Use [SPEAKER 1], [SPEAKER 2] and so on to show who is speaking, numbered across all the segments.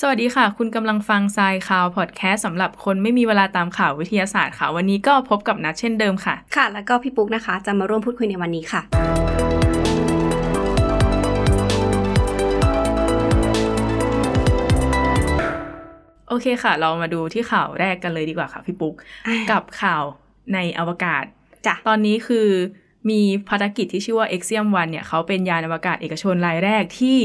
[SPEAKER 1] สวัสดีค่ะ คุณกำลังฟังทรายข่าวพอดแคสต์สำหรับคนไม่มีเวลาตามข่าววิทยาศาสตร์ค่ะ วันนี้ก็พบกับนัดเช่นเดิมค่ะ
[SPEAKER 2] ค่ะ แล้วก็พี่ปุ๊กนะคะ จะมาร่วมพูดคุยในวันนี้ค่ะ
[SPEAKER 1] โอเคค่ะ เรามาดูที่ข่าวแรกกันเลยดีกว่าค่ะพี่ปุ๊ก กับข่าวในอวกาศ
[SPEAKER 2] จ้ะ
[SPEAKER 1] ตอนนี้คือมีภารกิจที่ชื่อว่า Axiom 1เนี่ยเขาเป็นยานอวกาศเอกชนรายแรกที่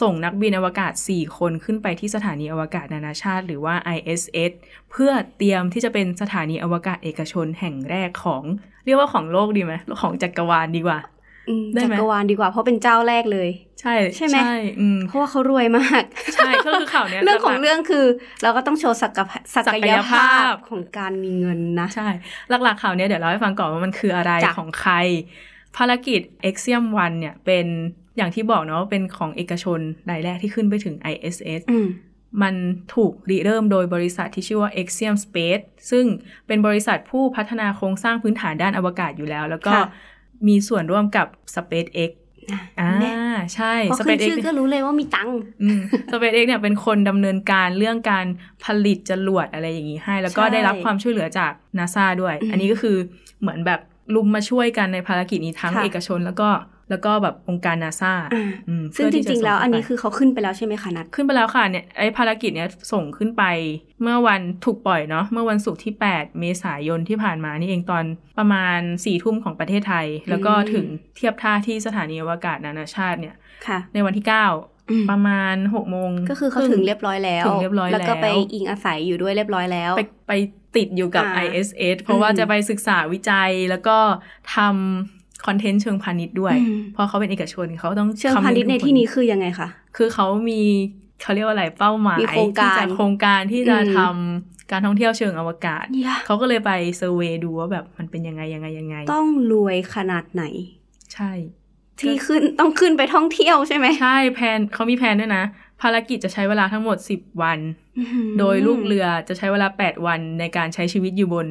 [SPEAKER 1] ส่งนักบินอวกาศ 4 คนขึ้นไปที่สถานีอวกาศนานาชาติ หรือว่า ISS เพื่อเตรียมที่จะเป็นสถานีอวกาศเอกชนแห่งแรกของ เรียกว่าของโลกดีไหมของจักกรวาลดีกว่า
[SPEAKER 2] อืม
[SPEAKER 1] ได้
[SPEAKER 2] จั
[SPEAKER 1] ไหม
[SPEAKER 2] กรวาลดีกว่าเพราะเป็นเจ้าแรกเลย
[SPEAKER 1] ใช่
[SPEAKER 2] ใช่ไหม
[SPEAKER 1] ใช่อืม
[SPEAKER 2] เพราะว่าเขารวยมาก
[SPEAKER 1] ใช่ก็คือข่าวเนี้ย
[SPEAKER 2] เรื่องขอ
[SPEAKER 1] ห
[SPEAKER 2] ง
[SPEAKER 1] ลัก
[SPEAKER 2] เรื่องคือ เราก็ต้องโชว์ศักยภาพศั
[SPEAKER 1] ศั
[SPEAKER 2] ก
[SPEAKER 1] ก
[SPEAKER 2] ย
[SPEAKER 1] ยภา
[SPEAKER 2] ภา
[SPEAKER 1] พ
[SPEAKER 2] พของการมีเงินนะ
[SPEAKER 1] ๆใช่ หลักๆข่าวเนี้ยเดี๋ยวเราให้ฟังก่อนว่ามันคืออะไร
[SPEAKER 2] จ้ะ
[SPEAKER 1] ของใคร ภารกิจ Axiom 1เนี่ยเป็นอย่างที่บอกเนาะว่าเป็นของเอกชนรายแรกที่ขึ้นไปถึง ISS
[SPEAKER 2] อืม
[SPEAKER 1] มันถูกริเริ่มโดยบริษัทที่ชื่อว่า Axiom Space ซึ่งเป็นบริษัทผู้พัฒนาโครงสร้างพื้นฐานด้านอวกาศอยู่แล้ว แล้วก็
[SPEAKER 2] ค่ะ
[SPEAKER 1] มีส่วนร่วมกับ SpaceX
[SPEAKER 2] อ่ะ
[SPEAKER 1] อ่า
[SPEAKER 2] เนี่ย
[SPEAKER 1] ใช่
[SPEAKER 2] พอขึ้น
[SPEAKER 1] SpaceX
[SPEAKER 2] ชื่อก็รู้เลยว่ามีตังค์
[SPEAKER 1] สเปซเอ็กเนี่ยเป็นคนดำเนินการเรื่องการผลิตจรวดอะไรอย่างนี้ให้ แล้วก็
[SPEAKER 2] ใช่
[SPEAKER 1] ได้รับความช่วยเหลือจากนาซาด้วย
[SPEAKER 2] อืม
[SPEAKER 1] อันนี้ก็คือเหมือนแบบลุมมาช่วยกันในภารกิจนี้ทั้ง
[SPEAKER 2] ค่ะ
[SPEAKER 1] เอกชนแล้วก็ แล้วก็แบบองค์การนาซา
[SPEAKER 2] อ่า
[SPEAKER 1] อืม
[SPEAKER 2] ซึ่ง
[SPEAKER 1] เพื่
[SPEAKER 2] จ
[SPEAKER 1] ที่ะ
[SPEAKER 2] ริง ๆ แล้ว
[SPEAKER 1] ส่
[SPEAKER 2] อันนี้
[SPEAKER 1] ไป
[SPEAKER 2] คือเขาขึ้นไปแล้วใช่ไหมคะนัด
[SPEAKER 1] ขึ้นไปแล้วค่ะเนี่ยไอภารกิจเนี่ยส่งขึ้นไปเมื่อวันถูกปล่อยเนาะเมื่อวันศุกร์ที่ 8 เมษายนที่ผ่านมานี่เองตอนประมาณ4ี่ทุ่มของประเทศไทย แล้วก็
[SPEAKER 2] อืม
[SPEAKER 1] ถึงเทียบท่าที่สถานีอวกาศนานาชาติเนี่ย
[SPEAKER 2] ค่ะ
[SPEAKER 1] ในวันที่ 9
[SPEAKER 2] อืม
[SPEAKER 1] ประมาณ6โมง
[SPEAKER 2] ก็คือเขาถึงเรียบร้อยแล้ว
[SPEAKER 1] ถึงเรียบร้อยแล้ว
[SPEAKER 2] แล้วก็ไปอิงอาศัยอยู่ด้วยเรียบร้อยแล้ว
[SPEAKER 1] ไปไปติดอยู่กับ
[SPEAKER 2] อ่า
[SPEAKER 1] ISS เพราะว่า
[SPEAKER 2] อืม
[SPEAKER 1] จะไปศึกษาวิจัยแล้วก็ทำคอนเทนต์เชิงพาณิชย์ด้วย
[SPEAKER 2] อืม
[SPEAKER 1] เพราะเขาเป็นเอกชนเขาต้อง
[SPEAKER 2] เชิง
[SPEAKER 1] คำ
[SPEAKER 2] พาณิชย์ใน
[SPEAKER 1] ถึผล
[SPEAKER 2] ที่นี้คือยังไงคะ
[SPEAKER 1] คือเขามีเขาเรียกว่าอะไรเป้าหมาย
[SPEAKER 2] มีโครงการ
[SPEAKER 1] ที่จะโครงการที่จะ
[SPEAKER 2] อืม
[SPEAKER 1] ทำการท่องเที่ยวเชิงอวกาศ
[SPEAKER 2] เนี่ย
[SPEAKER 1] เขาก็เลยไปเซอร์เวย์ดูว่าแบบมันเป็นยังไงยังไงยังไง
[SPEAKER 2] ต้องรวยขนาดไหน
[SPEAKER 1] ใช่
[SPEAKER 2] ที่ขึ้นต้องขึ้นไปท่องเที่ยวใช่ไหม
[SPEAKER 1] ใช่แพลนเขามีแพลนด้วยนะ ภารกิจจะใช้เวลาทั้งหมด 10 วัน
[SPEAKER 2] อื้อหื
[SPEAKER 1] โดยลูกเรือจะใช้เวลา 8 วันในการใช้ชีวิตอยู่บน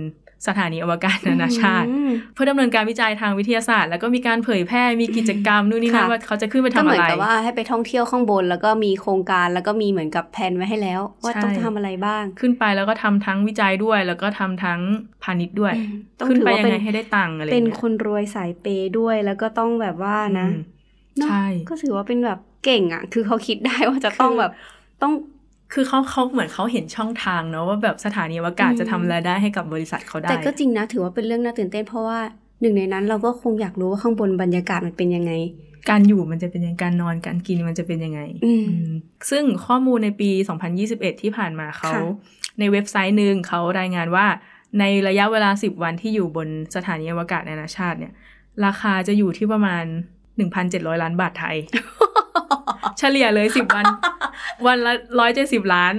[SPEAKER 1] สถานีอวกาศนานาชาติ
[SPEAKER 2] อื้อหือ
[SPEAKER 1] เพื่อดำเนินการวิจัยทางวิทยาศาสตร์ แล้วก็มีการเผยแพร่มีกิจกรรมนู่นนี่นั่น
[SPEAKER 2] ค่ะ
[SPEAKER 1] ว่าเขาจะขึ้นไป
[SPEAKER 2] ก็
[SPEAKER 1] ทำ
[SPEAKER 2] เหมื
[SPEAKER 1] อะ
[SPEAKER 2] อน
[SPEAKER 1] ไร
[SPEAKER 2] กับว่าให้ไปท่องเที่ยวข้างบน แล้วก็มีโครงการแล้วก็มีเหมือนกับแผนไว้ให้แล้ว ว่า
[SPEAKER 1] ใช่
[SPEAKER 2] ต้องทำอะไรบ้าง
[SPEAKER 1] ขึ้นไปแล้วก็ทำทั้งวิจัยด้วย แล้วก็ทำทั้งพาณิชย์ด้วย
[SPEAKER 2] อืมต้อง
[SPEAKER 1] ขึ้น
[SPEAKER 2] ถือ
[SPEAKER 1] ไป
[SPEAKER 2] ว่า
[SPEAKER 1] ยัง
[SPEAKER 2] เป็น
[SPEAKER 1] ไงให้ได้ตังค์อะไร
[SPEAKER 2] เป็น
[SPEAKER 1] งี้ย
[SPEAKER 2] คนรวยสายเปย์ด้วยแล้วก็ต้องแบบว่านะ
[SPEAKER 1] อืม
[SPEAKER 2] เนอะ
[SPEAKER 1] ใช่
[SPEAKER 2] ก็ถือว่าเป็นแบบเก่งอ่ะ คือเขาคิดได้ว่าจะต้องแบบต้อง
[SPEAKER 1] คือเขาเขาเหมือนเขาเห็นช่องทางเนอะว่าแบบสถานีอวกาศ
[SPEAKER 2] อืม
[SPEAKER 1] จะทำรายได้ให้กับบริษัทเขาได้
[SPEAKER 2] แต่ก็จริงนะ ถือว่าเป็นเรื่องน่าตื่นเต้นเพราะว่าหนึ่งในนั้นเราก็คงอยากรู้ว่าข้างบนบรรยากาศมันเป็นยังไง
[SPEAKER 1] การอยู่มันจะเป็นยังไงการนอนการกินมันจะเป็นยังไง
[SPEAKER 2] อืม
[SPEAKER 1] อืมซึ่งข้อมูลในปี 2021 ที่ผ่านมาเขา
[SPEAKER 2] ค่ะ
[SPEAKER 1] ในเว็บไซต์หนึ่งเขารายงานว่า ในระยะเวลา 10 วันที่อยู่บนสถานีอวกาศนานาชาติเนี่ย ราคาจะอยู่ที่ประมาณ 1,700 ล้านบาทไท ย เฉลี่ยเลย 10 วัน วันละ 170 ล้าน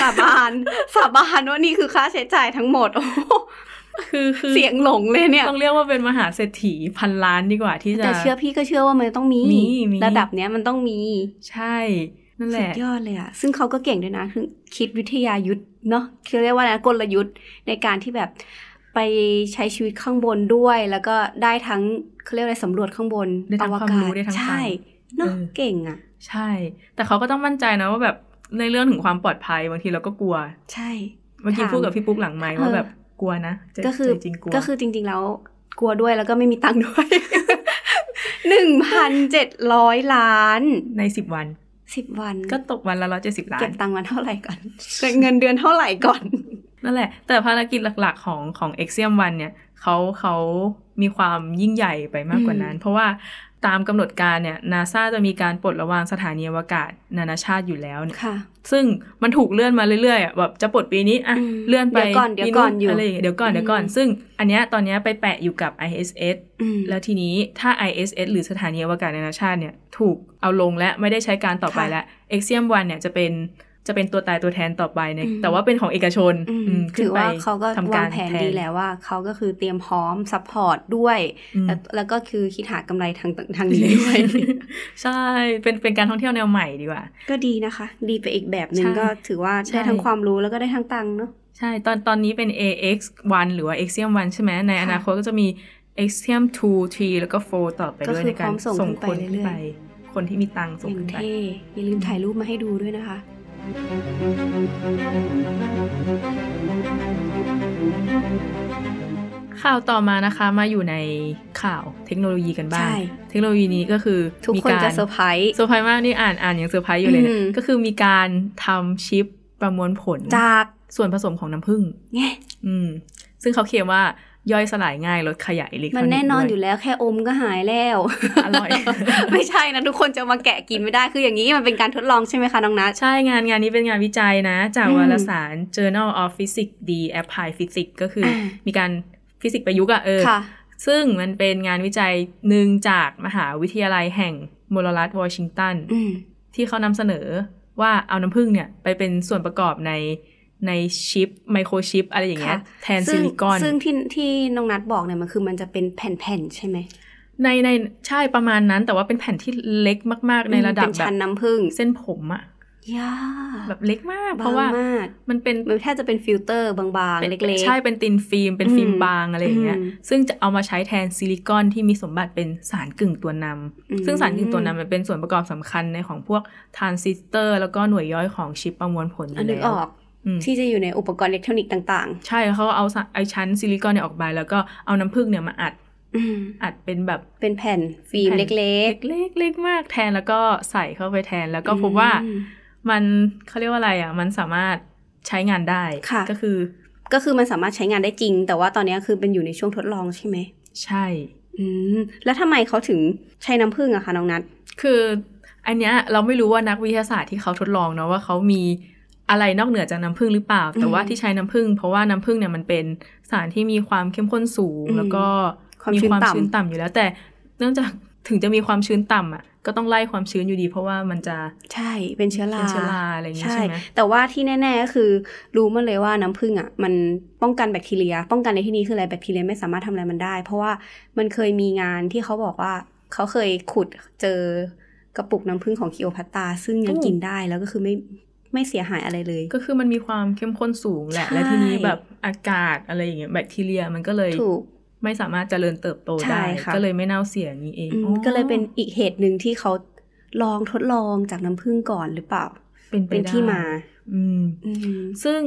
[SPEAKER 2] สาบาน สาบานว่านี่คือค่าใช้จ่ายทั้งหมดโอ้โห
[SPEAKER 1] คือคือ
[SPEAKER 2] เสียงหลงเลยเนี่ย
[SPEAKER 1] ต้องเรียกว่าเป็นมหาเศรษฐีพันล้านดีกว่าที่จะ
[SPEAKER 2] แต่เชื่อพี่ก็เชื่อว่ามันต้องมี
[SPEAKER 1] มีมี
[SPEAKER 2] ระดับเนี้ยมันต้องมี
[SPEAKER 1] ใช่ นั่นแห
[SPEAKER 2] สุ
[SPEAKER 1] ละ
[SPEAKER 2] ดยอดเลยอะซึ่งเขาก็เก่งด้วยนะคือคิดวิทยายุทธ์เนาะคือเรียกว่านะกลยุทธ์ในการที่แบบไปใช้ชีวิตข้างบนด้วย แล้วก็ได้ทั้งเขาเรียกอะไรสำรวจข้างบน
[SPEAKER 1] ได้ทั้ง
[SPEAKER 2] อว
[SPEAKER 1] ความ
[SPEAKER 2] กา
[SPEAKER 1] รู้
[SPEAKER 2] ศ
[SPEAKER 1] ได้ทั้ง
[SPEAKER 2] ใช่เนาะ
[SPEAKER 1] เออ
[SPEAKER 2] เก่งอะ
[SPEAKER 1] ใช่ แต่เขาก็ต้องมั่นใจนะว่าแบบในเรื่องถึงความปลอดภัยบางทีเราก็กลัว
[SPEAKER 2] ใช่
[SPEAKER 1] เมื่อกี้
[SPEAKER 2] ถาม
[SPEAKER 1] พูดกับพี่ปุ๊กหลังไมค์ว่า
[SPEAKER 2] เออ
[SPEAKER 1] แบบกลัวนะใจ
[SPEAKER 2] ก็คือ
[SPEAKER 1] ใจจริงกลัว
[SPEAKER 2] ก็คือจริง ๆ แล้วกลัวด้วยแล้วก็ไม่มีตังค์ด้วย หนึ่งพันเจ็ดร้อยล้าน
[SPEAKER 1] ในสิบวัน
[SPEAKER 2] สิบวัน
[SPEAKER 1] ก็ตกวันละร้อยเจ็ดสิบล้า
[SPEAKER 2] เก็
[SPEAKER 1] น
[SPEAKER 2] บตังค์วันเท่าไหร่ก่อนเงินเดือนเท่าไหร่ก่อน
[SPEAKER 1] นั่นแหละ แต่ภารกิจหลักๆของของ e x i u m 1เนี่ยเขาเขามีความยิ่งใหญ่ไปมากกว่านั้น เพราะว่าตามกำหนดการเนี่ยนาซาจะมีการปลดระวางสถานีอวกาศนานาชาติอยู่แล้วเนี่ย
[SPEAKER 2] ค่ะ
[SPEAKER 1] ซึ่งมันถูกเลื่อนมาเรื่อยๆอ่ะแบบจะปลดปีนี้อ่ะ
[SPEAKER 2] อืม
[SPEAKER 1] เลื่อนไป
[SPEAKER 2] เดี๋ยวก่อนเดี๋ยว
[SPEAKER 1] ปี
[SPEAKER 2] ก่อนอยู่
[SPEAKER 1] อะไรางเงี้เดี๋ยวก่อนเดี๋ยวก่อน
[SPEAKER 2] อืม
[SPEAKER 1] ซึ่งอันเนี้ยตอนเนี้ยไปแปะอยู่กับ ISS
[SPEAKER 2] อืม
[SPEAKER 1] แล้วทีนี้ถ้า ISS หรือสถานีอวกาศนานาชาติเนี่ยถูกเอาลงและไม่ได้ใช้การต่อไป
[SPEAKER 2] ค่ะ
[SPEAKER 1] แล้ว e x i u m 1เนี่ยจะเป็นจะเป็นตัวตายตัวแทนต่อไปเนี่ย
[SPEAKER 2] อืม
[SPEAKER 1] แต่ว่าเป็นของเอกชน
[SPEAKER 2] อืม
[SPEAKER 1] อืมขึ้
[SPEAKER 2] ถื
[SPEAKER 1] น
[SPEAKER 2] อ
[SPEAKER 1] ไป
[SPEAKER 2] ว่าเขาก็วาก
[SPEAKER 1] ทำาง ร
[SPEAKER 2] แผนดีแล้วว่าเขาก็คือเตรียมพร้อมซัพพอร์ตด้วย
[SPEAKER 1] อืม
[SPEAKER 2] แล้วแล้วก็คือคิดหากำไรทางทาง นี้ด้วย
[SPEAKER 1] ใช่ เป็นเป็นการท่องเที่ยวแนวใหม่ดีกว่า
[SPEAKER 2] ก็ดีนะคะ ดีไปอีกแบบหนึ่ง
[SPEAKER 1] ใช่
[SPEAKER 2] ก็ถือว่า
[SPEAKER 1] ใช่
[SPEAKER 2] ได้ทั้งความรู้แล้วก็ได้ทั้งตังค์เนาะ
[SPEAKER 1] ใช่ตอนตอนนี้เป็น AX1 หรือว่า Axiom 1ใช่ไหมใน
[SPEAKER 2] ค่ะ
[SPEAKER 1] อนาคตก็จะมี Axiom 2 3 แล้วก็ 4 ต่อไป
[SPEAKER 2] ก็
[SPEAKER 1] ด้วย
[SPEAKER 2] คือ
[SPEAKER 1] ในการ
[SPEAKER 2] พร้อมส่งขึ้นไป
[SPEAKER 1] คนขึ้น
[SPEAKER 2] เรื่อยๆ
[SPEAKER 1] ไป คนที่มีตังค์ส่
[SPEAKER 2] องย่าง
[SPEAKER 1] ขึ้นไป
[SPEAKER 2] เท่อย่าลืมถ่ายรูปมาให้ดูด้วยนะคะ
[SPEAKER 1] ข่าวต่อมานะคะมาอยู่ในข่าวเทคโนโลยีกันบ้าง
[SPEAKER 2] ใช่
[SPEAKER 1] เทคโนโลยีนี้ก็คือ
[SPEAKER 2] ทุก
[SPEAKER 1] มี
[SPEAKER 2] คน
[SPEAKER 1] การ
[SPEAKER 2] จะเซอร์ไพรส์
[SPEAKER 1] เซอร์ไพรส์มากนี่อ่านอ่านอย่างเซอร์ไพรส์อยู่เลยเนี่ย
[SPEAKER 2] อืม
[SPEAKER 1] ก็คือมีการทำชิปประมวลผล
[SPEAKER 2] จาก
[SPEAKER 1] ส่วนผสมของน้ำผึ้ง
[SPEAKER 2] ไง
[SPEAKER 1] อืม ซึ่งเขาเคลมว่าย่อยสลายง่ายลดขยะอิเล็กทรอนิก
[SPEAKER 2] มัน
[SPEAKER 1] ส์
[SPEAKER 2] แน่นอน
[SPEAKER 1] ด้วย
[SPEAKER 2] อยู่แล้วแค่อมก็หายแล้ว
[SPEAKER 1] อร่อย
[SPEAKER 2] ไม่ใช่นะ ทุกคนจะมาแกะกินไม่ได้คืออย่างนี้มันเป็นการทดลองใช่ไหมคะน้องนัท
[SPEAKER 1] ใช่งานงานนี้เป็นงานวิจัยนะ จาก
[SPEAKER 2] อืม
[SPEAKER 1] วารสาร Journal of Physics D Applied Physics ก็คืออา มีการฟิสิกส์ประยุกต์อะเออ
[SPEAKER 2] ค่ะ
[SPEAKER 1] ซึ่งมันเป็นงานวิจัยหนึ่งจากมหาวิทยาลัยแห่งมลรัฐวอชิงตัน
[SPEAKER 2] อืม
[SPEAKER 1] ที่เขานำเสนอว่าเอาน้ำผึ้งเนี่ย ไปเป็นส่วนประกอบในในชิป ไมโครชิป อะไรอย่างเงี้ย
[SPEAKER 2] ค่ะ
[SPEAKER 1] แทนซิลิคอน
[SPEAKER 2] ซึ่งที่ที่น้องนัทบอกเนี่ยมันคือมันจะเป็นแผ่นๆใช่ไหม
[SPEAKER 1] ในในใช่ประมาณนั้น แต่ว่าเป็นแผ่นที่เล็กมาก ๆ ในระดับ
[SPEAKER 2] เป็น
[SPEAKER 1] แบบ
[SPEAKER 2] ชั้นน้ำผึ้ง
[SPEAKER 1] เส้นผมอะ
[SPEAKER 2] ย่า
[SPEAKER 1] แบบเล็กมาก เพ
[SPEAKER 2] บาง
[SPEAKER 1] ราะว่าม
[SPEAKER 2] าก
[SPEAKER 1] มันเป็น
[SPEAKER 2] มันแทบจะเป็นฟิลเตอร์บางๆ เล็กๆ
[SPEAKER 1] ใช่เป็นตินฟิล์มเป็นฟิล์ม
[SPEAKER 2] อืม
[SPEAKER 1] บางอะไรอย่างเงี้ย
[SPEAKER 2] อืม
[SPEAKER 1] ซึ่งจะเอามาใช้แทนซิลิคอนที่มีสมบัติเป็นสารกึ่งตัวนำ
[SPEAKER 2] อืม
[SPEAKER 1] ซึ่งสารกึ่งตัวนำมันเป็นส่วนประกอบสำคัญในของพวกทรานซิสเตอร์ แล้วก็หน่วยย่อยของชิปประมวลผลอ
[SPEAKER 2] อัน
[SPEAKER 1] ยู่
[SPEAKER 2] นึก
[SPEAKER 1] แล้
[SPEAKER 2] อ
[SPEAKER 1] ว
[SPEAKER 2] อก
[SPEAKER 1] อืม
[SPEAKER 2] ที่จะอยู่ในอุปกรณ์อิเล็กทรอนิกส์ต่าง
[SPEAKER 1] ใช่เขาเอาสะไอชั้นซิลิคอนเนี่ยออกไปแล้วก็เอาน้ำผึ้งเนี่ยมาอัด
[SPEAKER 2] ๆ อืม
[SPEAKER 1] อัดเป็นแบบ
[SPEAKER 2] เป็นแผ่นฟิล์มเล็ก
[SPEAKER 1] เล็กๆเล็กมากแทนแล้วก็ใส่เข้าไปแทนแล้ว
[SPEAKER 2] ๆ
[SPEAKER 1] ก็พบว่ามันเขาเรียกว่าอะไรอ่ะ มันสามารถใช้งานได้
[SPEAKER 2] ค่ะ
[SPEAKER 1] ก็คือ
[SPEAKER 2] ก็คือมันสามารถใช้งานได้จริง แต่ว่าตอนนี้คือเป็นอยู่ในช่วงทดลองใช่ไหม
[SPEAKER 1] ใช่
[SPEAKER 2] อืมแล้วทำไมเขาถึงใช้น้ำผึ้งอะคะน้องนัท
[SPEAKER 1] คืออันเนี้ยเราไม่รู้ว่านักวิทยาศาสตร์ที่เขาทดลองเนาะว่าเขามีอะไรนอกเหนือจากน้ำผึ้งหรือเปล่า แต่ว่า
[SPEAKER 2] อืม
[SPEAKER 1] ที่ใช้น้ำผึ้งเพราะว่าน้ำผึ้งเนี่ยมันเป็นสารที่มีความเข้มข้นสูง
[SPEAKER 2] อืม
[SPEAKER 1] แล้วก็
[SPEAKER 2] ความ
[SPEAKER 1] มี
[SPEAKER 2] ชื้น
[SPEAKER 1] ความ
[SPEAKER 2] ต่ำ
[SPEAKER 1] ชื้นต่ำอยู่แล้ว แต่เนื่องจากถึงจะมีความชื้นต่ำอ่ะก็ต้องไล่ความชื้นอยู่ดี เพราะว่ามันจะ
[SPEAKER 2] ใช่เป็นเชื้อรา
[SPEAKER 1] เป็นเชื้อราอะไรอย่างงี้ใช่ไหม
[SPEAKER 2] แต่ว่าที่แน่ๆก็คือรู้มาเลยว่าน้ำผึ้งอ่ะมันป้องกันแบคทีเรีย ป้องกันในที่นี้คืออะไรแบคทีเรียไม่สามารถทำอะไรมันได้ เพราะว่ามันเคยมีงานที่เขาบอกว่าเขาเคยขุดเจอกระปุกน้ำผึ้งของคิโอพัตตา ซึ่งยังกินได้แล้วก็คือไม่ไม่เสียหายอะไรเลย
[SPEAKER 1] ก็คือมันมีความเข้มข้นสูงแหละ
[SPEAKER 2] ใช่
[SPEAKER 1] และทีนี้แบบอากาศอะไรอย่างเงี้ยแบคทีเรียมันก็เลย
[SPEAKER 2] ถูก
[SPEAKER 1] ไม่สามารถเจริญเติบโต
[SPEAKER 2] ใช่
[SPEAKER 1] ได้
[SPEAKER 2] ค่ะ
[SPEAKER 1] ก็เลยไม่เน่าเสียอย่างนี้เอง
[SPEAKER 2] อืม
[SPEAKER 1] อ๋อ
[SPEAKER 2] ก็เลยเป็นอีกเหตุหนึ่งที่เขาลองทดลองจากน้ำผึ้งก่อนหรือเปล่า
[SPEAKER 1] เป็นไ
[SPEAKER 2] เป็นที่
[SPEAKER 1] ได้
[SPEAKER 2] มา
[SPEAKER 1] อืม
[SPEAKER 2] อืม
[SPEAKER 1] ซึ่ง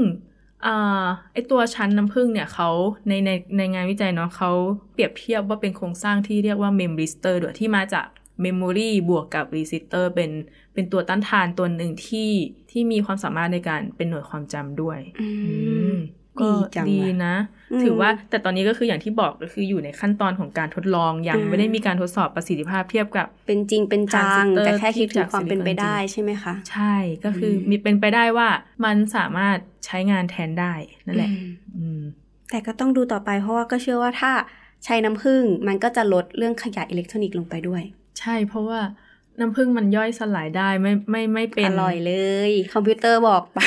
[SPEAKER 1] อาไอตัวชั้นน้ำผึ้งเนี่ยเขาในในในงานวิจัยเนาะเขาเปรียบเทียบว่าเป็นโครงสร้างที่เรียกว่าเมมริสเตอร์ด้วยที่มาจากเมมโมรีบวกกับรีสิสเตอร์เป็นเป็นตัวต้านทานตัวหนึ่งที่ที่มีความสามารถในการเป็นหน่วยความจำด้วย
[SPEAKER 2] อื
[SPEAKER 1] อื
[SPEAKER 2] ม
[SPEAKER 1] มก็
[SPEAKER 2] ดีจัง
[SPEAKER 1] ดี
[SPEAKER 2] ว่ะ
[SPEAKER 1] นะ
[SPEAKER 2] อืม
[SPEAKER 1] ถือว่าแต่ตอนนี้ก็คืออย่างที่บอกก็คืออยู่ในขั้นตอนของการทดลองยัง
[SPEAKER 2] อ่า
[SPEAKER 1] ไม่ได้มีการทดสอบประสิทธิภาพเทียบกับ
[SPEAKER 2] เป็นจริงเป็นจัง
[SPEAKER 1] Transistor
[SPEAKER 2] แต่แค่คิดถึ
[SPEAKER 1] ที่จาง ก
[SPEAKER 2] ความเป็นไป
[SPEAKER 1] silicon
[SPEAKER 2] ได้
[SPEAKER 1] จริง
[SPEAKER 2] ใช่ไหมคะ
[SPEAKER 1] ใช่ก็คืออ
[SPEAKER 2] ม
[SPEAKER 1] มีเป็นไปได้ว่ามันสามารถใช้งานแทนได้นั่นแหละ
[SPEAKER 2] อืม
[SPEAKER 1] อืม
[SPEAKER 2] แต่ก็ต้องดูต่อไปเพราะว่าก็เชื่อว่าถ้าใช้น้ำผึ้งมันก็จะลดเรื่องขยะอิเล็กทรอนิกส์ลงไปด้วย
[SPEAKER 1] ใช่เพราะว่าน้ำผึ้งมันย่อยสลายได้ไม่ไม่ไม่เป็น
[SPEAKER 2] อร่อยเลย คอมพิวเตอร์บอก ไป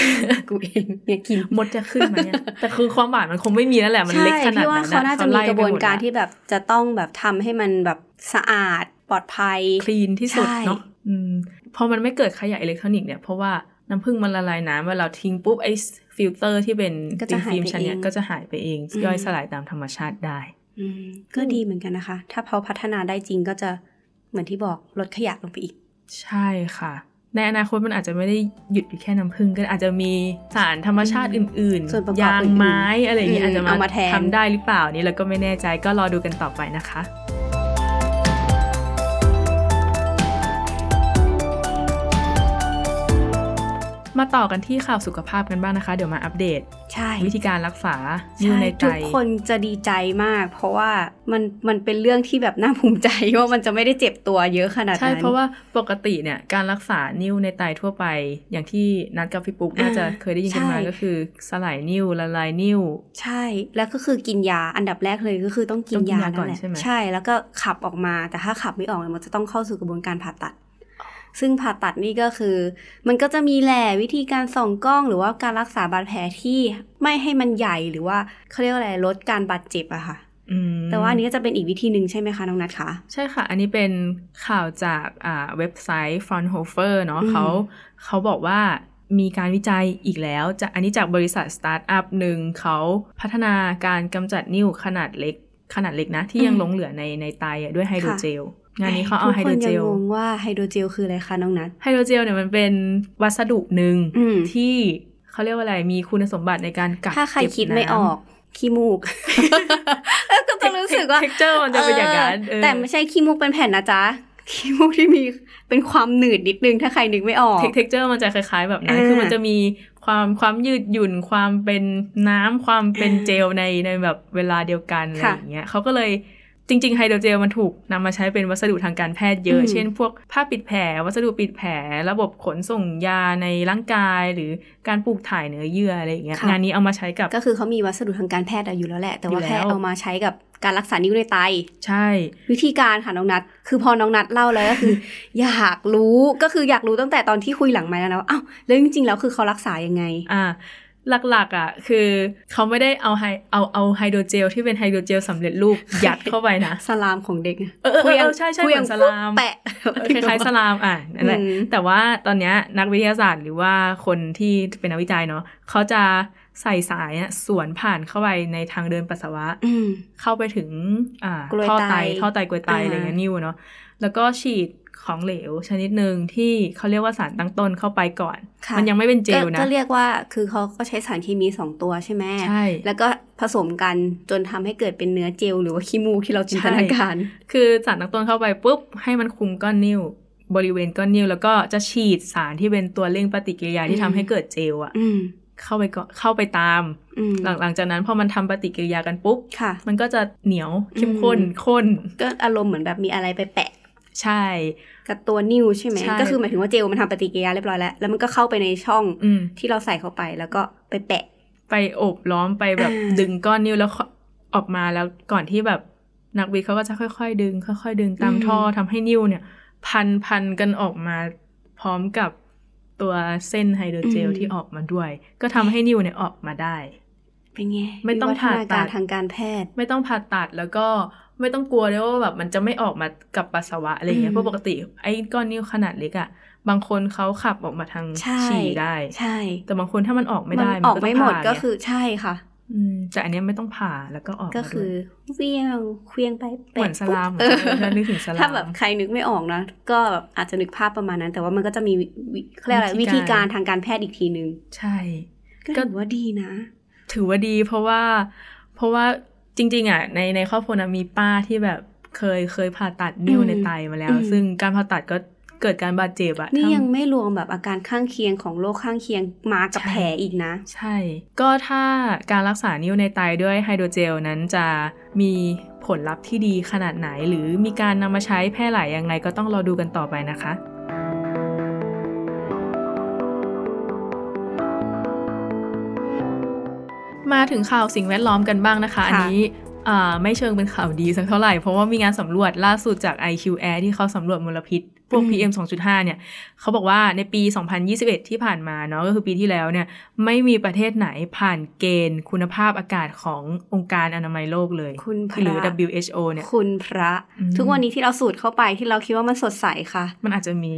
[SPEAKER 2] กูเองเนี่ยกิน
[SPEAKER 1] มดจะขึ้นไหม เนี่ย แต่คือความหวานมันคงไม่มีแล้วแหละมันเล็กขนาด
[SPEAKER 2] พี่ว่า
[SPEAKER 1] นั้น
[SPEAKER 2] เขาน่าจะมีกระบวนการที่
[SPEAKER 1] เข
[SPEAKER 2] แบบจะต้องแบบทำให้มันแบบสะอาดปลอดภัย
[SPEAKER 1] ไล่ไปหมดแล้วคลีนที่สุด
[SPEAKER 2] ใช่
[SPEAKER 1] เนาะอืมพอมันไม่เกิดขยะอิเล็กทรอนิกส์เนี่ยเพราะว่าน้ำผึ้งมันละลายน้ำเวลาเราทิ้งปุ๊บไอ้ฟิลเตอร์ที่เป็น
[SPEAKER 2] ก็จะ
[SPEAKER 1] ติ่ง
[SPEAKER 2] หาย
[SPEAKER 1] ฟิล์ม
[SPEAKER 2] ไป
[SPEAKER 1] ชั้นเนี่ย
[SPEAKER 2] เอง
[SPEAKER 1] ก็จะหายไปเอง
[SPEAKER 2] อืม
[SPEAKER 1] ย่อยสลายตามธรรมชาติได้
[SPEAKER 2] อืมก็ดีเหมือนกันนะคะ ถ้าเขาพัฒนาได้จริงก็จะเหมือนที่บอกลดขยะลงไปอีก
[SPEAKER 1] ใช่ค่ะ ในอนาคตมันอาจจะไม่ได้หยุดอยู่แค่น้ำผึ้งก็อาจจะมีสารธรรมชาติอื่น
[SPEAKER 2] ส่วนประกอบ
[SPEAKER 1] ยางไม้อะไรอย่างเงี้ย
[SPEAKER 2] อืม
[SPEAKER 1] อาจจะ
[SPEAKER 2] เอามาแทน
[SPEAKER 1] ทำได้หรือเปล่านี่เราก็ไม่แน่ใจก็รอดูกันต่อไปนะคะ มาต่อกันที่ข่าวสุขภาพกันบ้างนะคะ เดี๋ยวมาอัปเดต
[SPEAKER 2] ใช่
[SPEAKER 1] วิธีการรักษาอยู่
[SPEAKER 2] ใช่
[SPEAKER 1] ในใจ
[SPEAKER 2] ทุกคนจะดีใจมาก เพราะว่ามันมันเป็นเรื่องที่แบบน่าภูมิใจ ว่ามันจะไม่ได้เจ็บตัวเยอะขนาดนั้น
[SPEAKER 1] ใช่เพราะว่าปกติเนี่ยการรักษานิ้วในไตทั่วไป อย่างที่นัดกับพี่ปุ๊กน่าจะเคยได้ยินกันมา
[SPEAKER 2] ใช่
[SPEAKER 1] ก็คือสลายนิ้วละลายนิ้ว
[SPEAKER 2] ใช่ แล้วก็คือกินยาอันดับแรกเลยก็คือต้องกิ
[SPEAKER 1] ต้
[SPEAKER 2] น
[SPEAKER 1] องกิน
[SPEAKER 2] ยาย
[SPEAKER 1] าก่อน
[SPEAKER 2] แหละ
[SPEAKER 1] ใช่ไหม
[SPEAKER 2] ใช่แล้วก็ขับออกมาแต่ถ้าขับไม่ออกเนี่ยมันจะต้องเข้าสู่กระบวนการผ่าตัด ซึ่งผ่าตัดนี่ก็คือ มันก็จะมีแหละวิธีการส่องกล้องหรือว่าการรักษาบาดแผลที่ไม่ให้มันใหญ่หรือว่าเขาเรียกว่าอะไรลดการบาดเจ็บอะค่ะ
[SPEAKER 1] อืม
[SPEAKER 2] แต่ว่าอันนี้ก็จะเป็นอีกวิธีหนึ่งใช่ไหมคะน้องนัทคะ
[SPEAKER 1] ใช่ค่ะ อันนี้เป็นข่าวจากอ่าเว็บไซต์ Fraunhofer เนาะ
[SPEAKER 2] อืม
[SPEAKER 1] เขาเขาบอกว่ามีการวิจัยอีกแล้วจากอันนี้จากบริษัทสตาร์ทอัพหนึ่งเขาพัฒนาการกำจัดนิ่วขนาดเล็กขนาดเล็กนะ ที่ยังหลงเหลือในในไตอะด้วยไฮโดรเจล งานนี้เขาเอาไฮ
[SPEAKER 2] ทุ
[SPEAKER 1] โดร
[SPEAKER 2] กคน
[SPEAKER 1] เจ
[SPEAKER 2] ยัง
[SPEAKER 1] ล
[SPEAKER 2] งงว่าไฮโดรเจลคืออะไรคะน้องนัท
[SPEAKER 1] ไฮโดรเจลเนี่ยมันเป็นวัสดุหนึ่ง
[SPEAKER 2] อืม
[SPEAKER 1] ที่ เขาเรียกว่าอะไรมีคุณสมบัติในการกัก
[SPEAKER 2] ถ้าใคร
[SPEAKER 1] เก็บ
[SPEAKER 2] คิดไม่อ
[SPEAKER 1] น้ำ
[SPEAKER 2] อกขี้มูก แล้วก็จะรู้สึกว่า
[SPEAKER 1] texture มันจะเป็นอย่างนั้น
[SPEAKER 2] เอ
[SPEAKER 1] เอ
[SPEAKER 2] อ
[SPEAKER 1] อ
[SPEAKER 2] แต่ไม่ใช่ขี้มูกเป็นแผ่นนะ จ๊ะขี้มูกที่มีเป็นความหนืดนิดนึงถ้าใครนึกไม่ออก
[SPEAKER 1] เทคเท็กเจอร์มันจะคล้าย ๆ แบบนั้น
[SPEAKER 2] อ่า
[SPEAKER 1] คือมันจะมีความความยืดหยุ่น ความเป็นน้ำ ความเป็นเจลในในแบบเวลาเดียวกันอะไร
[SPEAKER 2] ค่ะ
[SPEAKER 1] อย่างเงี้ยเขาก็เลยจริง ๆ ไฮโดรเจลมันถูกนำมาใช้เป็นวัสดุทางการแพทย์เยอะ
[SPEAKER 2] อืม
[SPEAKER 1] เช่น พวกผ้าปิดแผล วัสดุปิดแผล ระบบขนส่งยาในร่างกาย หรือการปลูกถ่ายเนื้อเยื่ออะไรอย่างเงี้ย
[SPEAKER 2] ค่ะ
[SPEAKER 1] งานนี้เอามาใช้กับ
[SPEAKER 2] ก็คือเขามีวัสดุทางการแพทย์อะอยู่แล้วแหละ แต่
[SPEAKER 1] อ
[SPEAKER 2] ว่า
[SPEAKER 1] ยู่แล้ว
[SPEAKER 2] แค่เอามาใช้กับการรักษานิ้วในไต
[SPEAKER 1] ใช่
[SPEAKER 2] วิธีการค่ะน้องนัทคือพอน้องนัทเล่าแล้วก็คือ อยากรู้ก็คืออยากรู้ตั้งแต่ตอนที่คุยหลังไมาแล้วนะว่าอ้าวแล้วจริงๆแล้วคือเขารักษายังไง
[SPEAKER 1] อ่าหลักๆอ่ะคือเขาไม่ได้เอาไฮเอาเอาไฮโดรเจลที่เป็นไฮโดรเจลสำเร็จรูปยัดเข้าไปนะ
[SPEAKER 2] สลามของเด็กอะ
[SPEAKER 1] เออเออเออ
[SPEAKER 2] เครื่อง
[SPEAKER 1] ใช่ใช่
[SPEAKER 2] เครื่อง
[SPEAKER 1] เหมือนสลาม
[SPEAKER 2] แปะ
[SPEAKER 1] คล้ายๆสลามอ่ะนั่นแหละ
[SPEAKER 2] อืม
[SPEAKER 1] แต่ว่าตอนเนี้ยนักวิทยาศาสตร์หรือว่าคนที่เป็นนักวิจัยเนาะเขาจะใส่สายอะสวนผ่านเข้าไปในทางเดินปัสสาวะ
[SPEAKER 2] อืม
[SPEAKER 1] เข้าไปถึงอ่าก
[SPEAKER 2] ล้วย
[SPEAKER 1] ท่อไต
[SPEAKER 2] ไต
[SPEAKER 1] ท่อไตกลวยไต
[SPEAKER 2] อ่า
[SPEAKER 1] อะไรเงี้ยนิ้วเนาะแล้วก็ฉีดของเหลวชนิดหนึ่งที่เขาเรียกว่าสารตั้งต้นเข้าไปก่อน
[SPEAKER 2] ค่ะ
[SPEAKER 1] มันยังไม่เป็นเจล
[SPEAKER 2] ก็
[SPEAKER 1] นะ
[SPEAKER 2] ก็เรียกว่าคือเขาก็ใช้สารเคมีสองตัวใช่ไหม
[SPEAKER 1] ใช่
[SPEAKER 2] แล้วก็ผสมกันจนทำให้เกิดเป็นเนื้อเจลหรือว่าขี้มูกที่เราจินตนาการ
[SPEAKER 1] คือสารตั้งต้นเข้าไปปุ๊บให้มันคุมก้อนนิ้ว บริเวณก้อนนิ้ว แล้วก็จะฉีดสารที่เป็นตัวเร่งปฏิกิริยาที่ทำให้เกิดเจลอะ
[SPEAKER 2] อืม
[SPEAKER 1] เข้าไปก่อนเข้าไปตาม
[SPEAKER 2] อืม
[SPEAKER 1] หลังหลังจากนั้นพอมันทำปฏิกิริยากันปุ๊บ
[SPEAKER 2] ค่ะ
[SPEAKER 1] มันก็จะเหนียวเข้มข้น
[SPEAKER 2] อืม
[SPEAKER 1] ข้น
[SPEAKER 2] ก็อารมณ์เหมือนแบบมีอะไรไปแปะ
[SPEAKER 1] ใช่
[SPEAKER 2] กับตัวนิ้วใช่ไหม
[SPEAKER 1] ใช่
[SPEAKER 2] ก็คือหมายถึงว่าเจลมันทำปฏิกิริยาเรียบร้อยแล้ว แล้วมันก็เข้าไปในช่อง
[SPEAKER 1] อืม
[SPEAKER 2] ที่เราใส่เข้าไปแล้วก็ไปแปะ
[SPEAKER 1] ไปอบล้อมไปแบบ
[SPEAKER 2] อ่า
[SPEAKER 1] ดึงก้อนนิ้วแล้วค่อยออกมาแล้วก่อนที่แบบนักวิทย์เขาก็จะค่อยๆ ดึง ค่อยๆ ดึงตามท่อทำให้นิ้วเนี่ย พันพันกันออกมาพร้อมกับตัวเส้นไฮโดรเจลที่ออกมาด้วย ก็ทำให้นิ้วเนี่ยออกมาได้
[SPEAKER 2] เป็นไง
[SPEAKER 1] ไม่ต้อง
[SPEAKER 2] วิวัฒนา
[SPEAKER 1] ผ่าตั
[SPEAKER 2] การ
[SPEAKER 1] ด
[SPEAKER 2] ทางการแพทย์
[SPEAKER 1] ไม่ต้องผ่าตัดแล้วก็ไม่ต้องกลัวด้วยว่าแบบมันจะไม่ออกมากับปัสสาวะอะไรอย่างเงี้ย
[SPEAKER 2] อืม
[SPEAKER 1] เพราะปกติไอ้ก้อนนิ้วขนาดเล็กอะบางคนเขาขับออกมาทาง
[SPEAKER 2] ใช่
[SPEAKER 1] ฉี่ได้
[SPEAKER 2] ใช่
[SPEAKER 1] แต่บางคนถ้ามันออกไม่ได้
[SPEAKER 2] นออกไม่หมด
[SPEAKER 1] น
[SPEAKER 2] ก็
[SPEAKER 1] ต้องผ่า
[SPEAKER 2] คือใช่ค่ะ
[SPEAKER 1] อืมแต่อันเนี้ยไม่ต้องผ่าแล้วก็ออก
[SPEAKER 2] ก็คือ
[SPEAKER 1] มาด้วย
[SPEAKER 2] เวียงเควียงไปแปะ
[SPEAKER 1] เหมือนสลาม
[SPEAKER 2] ปุ๊บ
[SPEAKER 1] เหมือนกันนึกถึงสลาม
[SPEAKER 2] ถ้าแบบใครนึกไม่ออกนะก็แบบอาจจะนึกภาพประมาณนั้น แต่ว่ามันก็จะมีวิวิเขาเรียกอะไร
[SPEAKER 1] วิ
[SPEAKER 2] วิ
[SPEAKER 1] ธี
[SPEAKER 2] ธีกา
[SPEAKER 1] การ ร
[SPEAKER 2] ทางการแพทย์อีกทีนึง
[SPEAKER 1] ใช่
[SPEAKER 2] ก็
[SPEAKER 1] ก็
[SPEAKER 2] ถือว่าดีนะ
[SPEAKER 1] ถือว่าดีเพราะว่า เพราะว่าจริง ๆอะในในครอบครัวนะมีป้าที่แบบเคยเคยผ่าตัดนิ้ว
[SPEAKER 2] อืม
[SPEAKER 1] ในไตมาแล้ว
[SPEAKER 2] อืม
[SPEAKER 1] ซึ่งการผ่าตัดก็เกิดการบาดเจ็บอะ
[SPEAKER 2] นี่
[SPEAKER 1] ถ้า
[SPEAKER 2] ยังไม่รวมแบบอาการข้างเคียงของโรคข้างเคียงมากับ
[SPEAKER 1] ใช่
[SPEAKER 2] แผลอีกนะ
[SPEAKER 1] ใช่ ก็ถ้าการรักษานิ้วในไตด้วยไฮโดรเจลนั้นจะมีผลลัพธ์ที่ดีขนาดไหน หรือมีการนำมาใช้แพร่หลายยังไงก็ต้องรอดูกันต่อไปนะคะ มาถึงข่าวสิ่งแวดล้อมกันบ้างนะคะ อัน
[SPEAKER 2] ค่ะ
[SPEAKER 1] นี้อ่าไม่เชิงเป็นข่าวดีสักเท่าไหร่ เพราะว่ามีงานสำรวจล่าสุดจาก IQ Air ที่เขาสำรวจมลพิษ พวก PM 2.5 เนี่ย เขาบอกว่าในปี 2021 ที่ผ่านมาเนาะก็คือปีที่แล้วเนี่ย ไม่มีประเทศไหนผ่านเกณฑ์คุณภาพอากาศขององค์การอนามัยโลกเลย
[SPEAKER 2] คุณพ
[SPEAKER 1] หรื
[SPEAKER 2] ระ
[SPEAKER 1] อ WHO เนี่ย
[SPEAKER 2] คุณพระ
[SPEAKER 1] อืม
[SPEAKER 2] ทุกวันนี้ที่เราสูดเข้าไปที่เราคิดว่ามันสดใสค่ะ
[SPEAKER 1] มันอาจจะ มี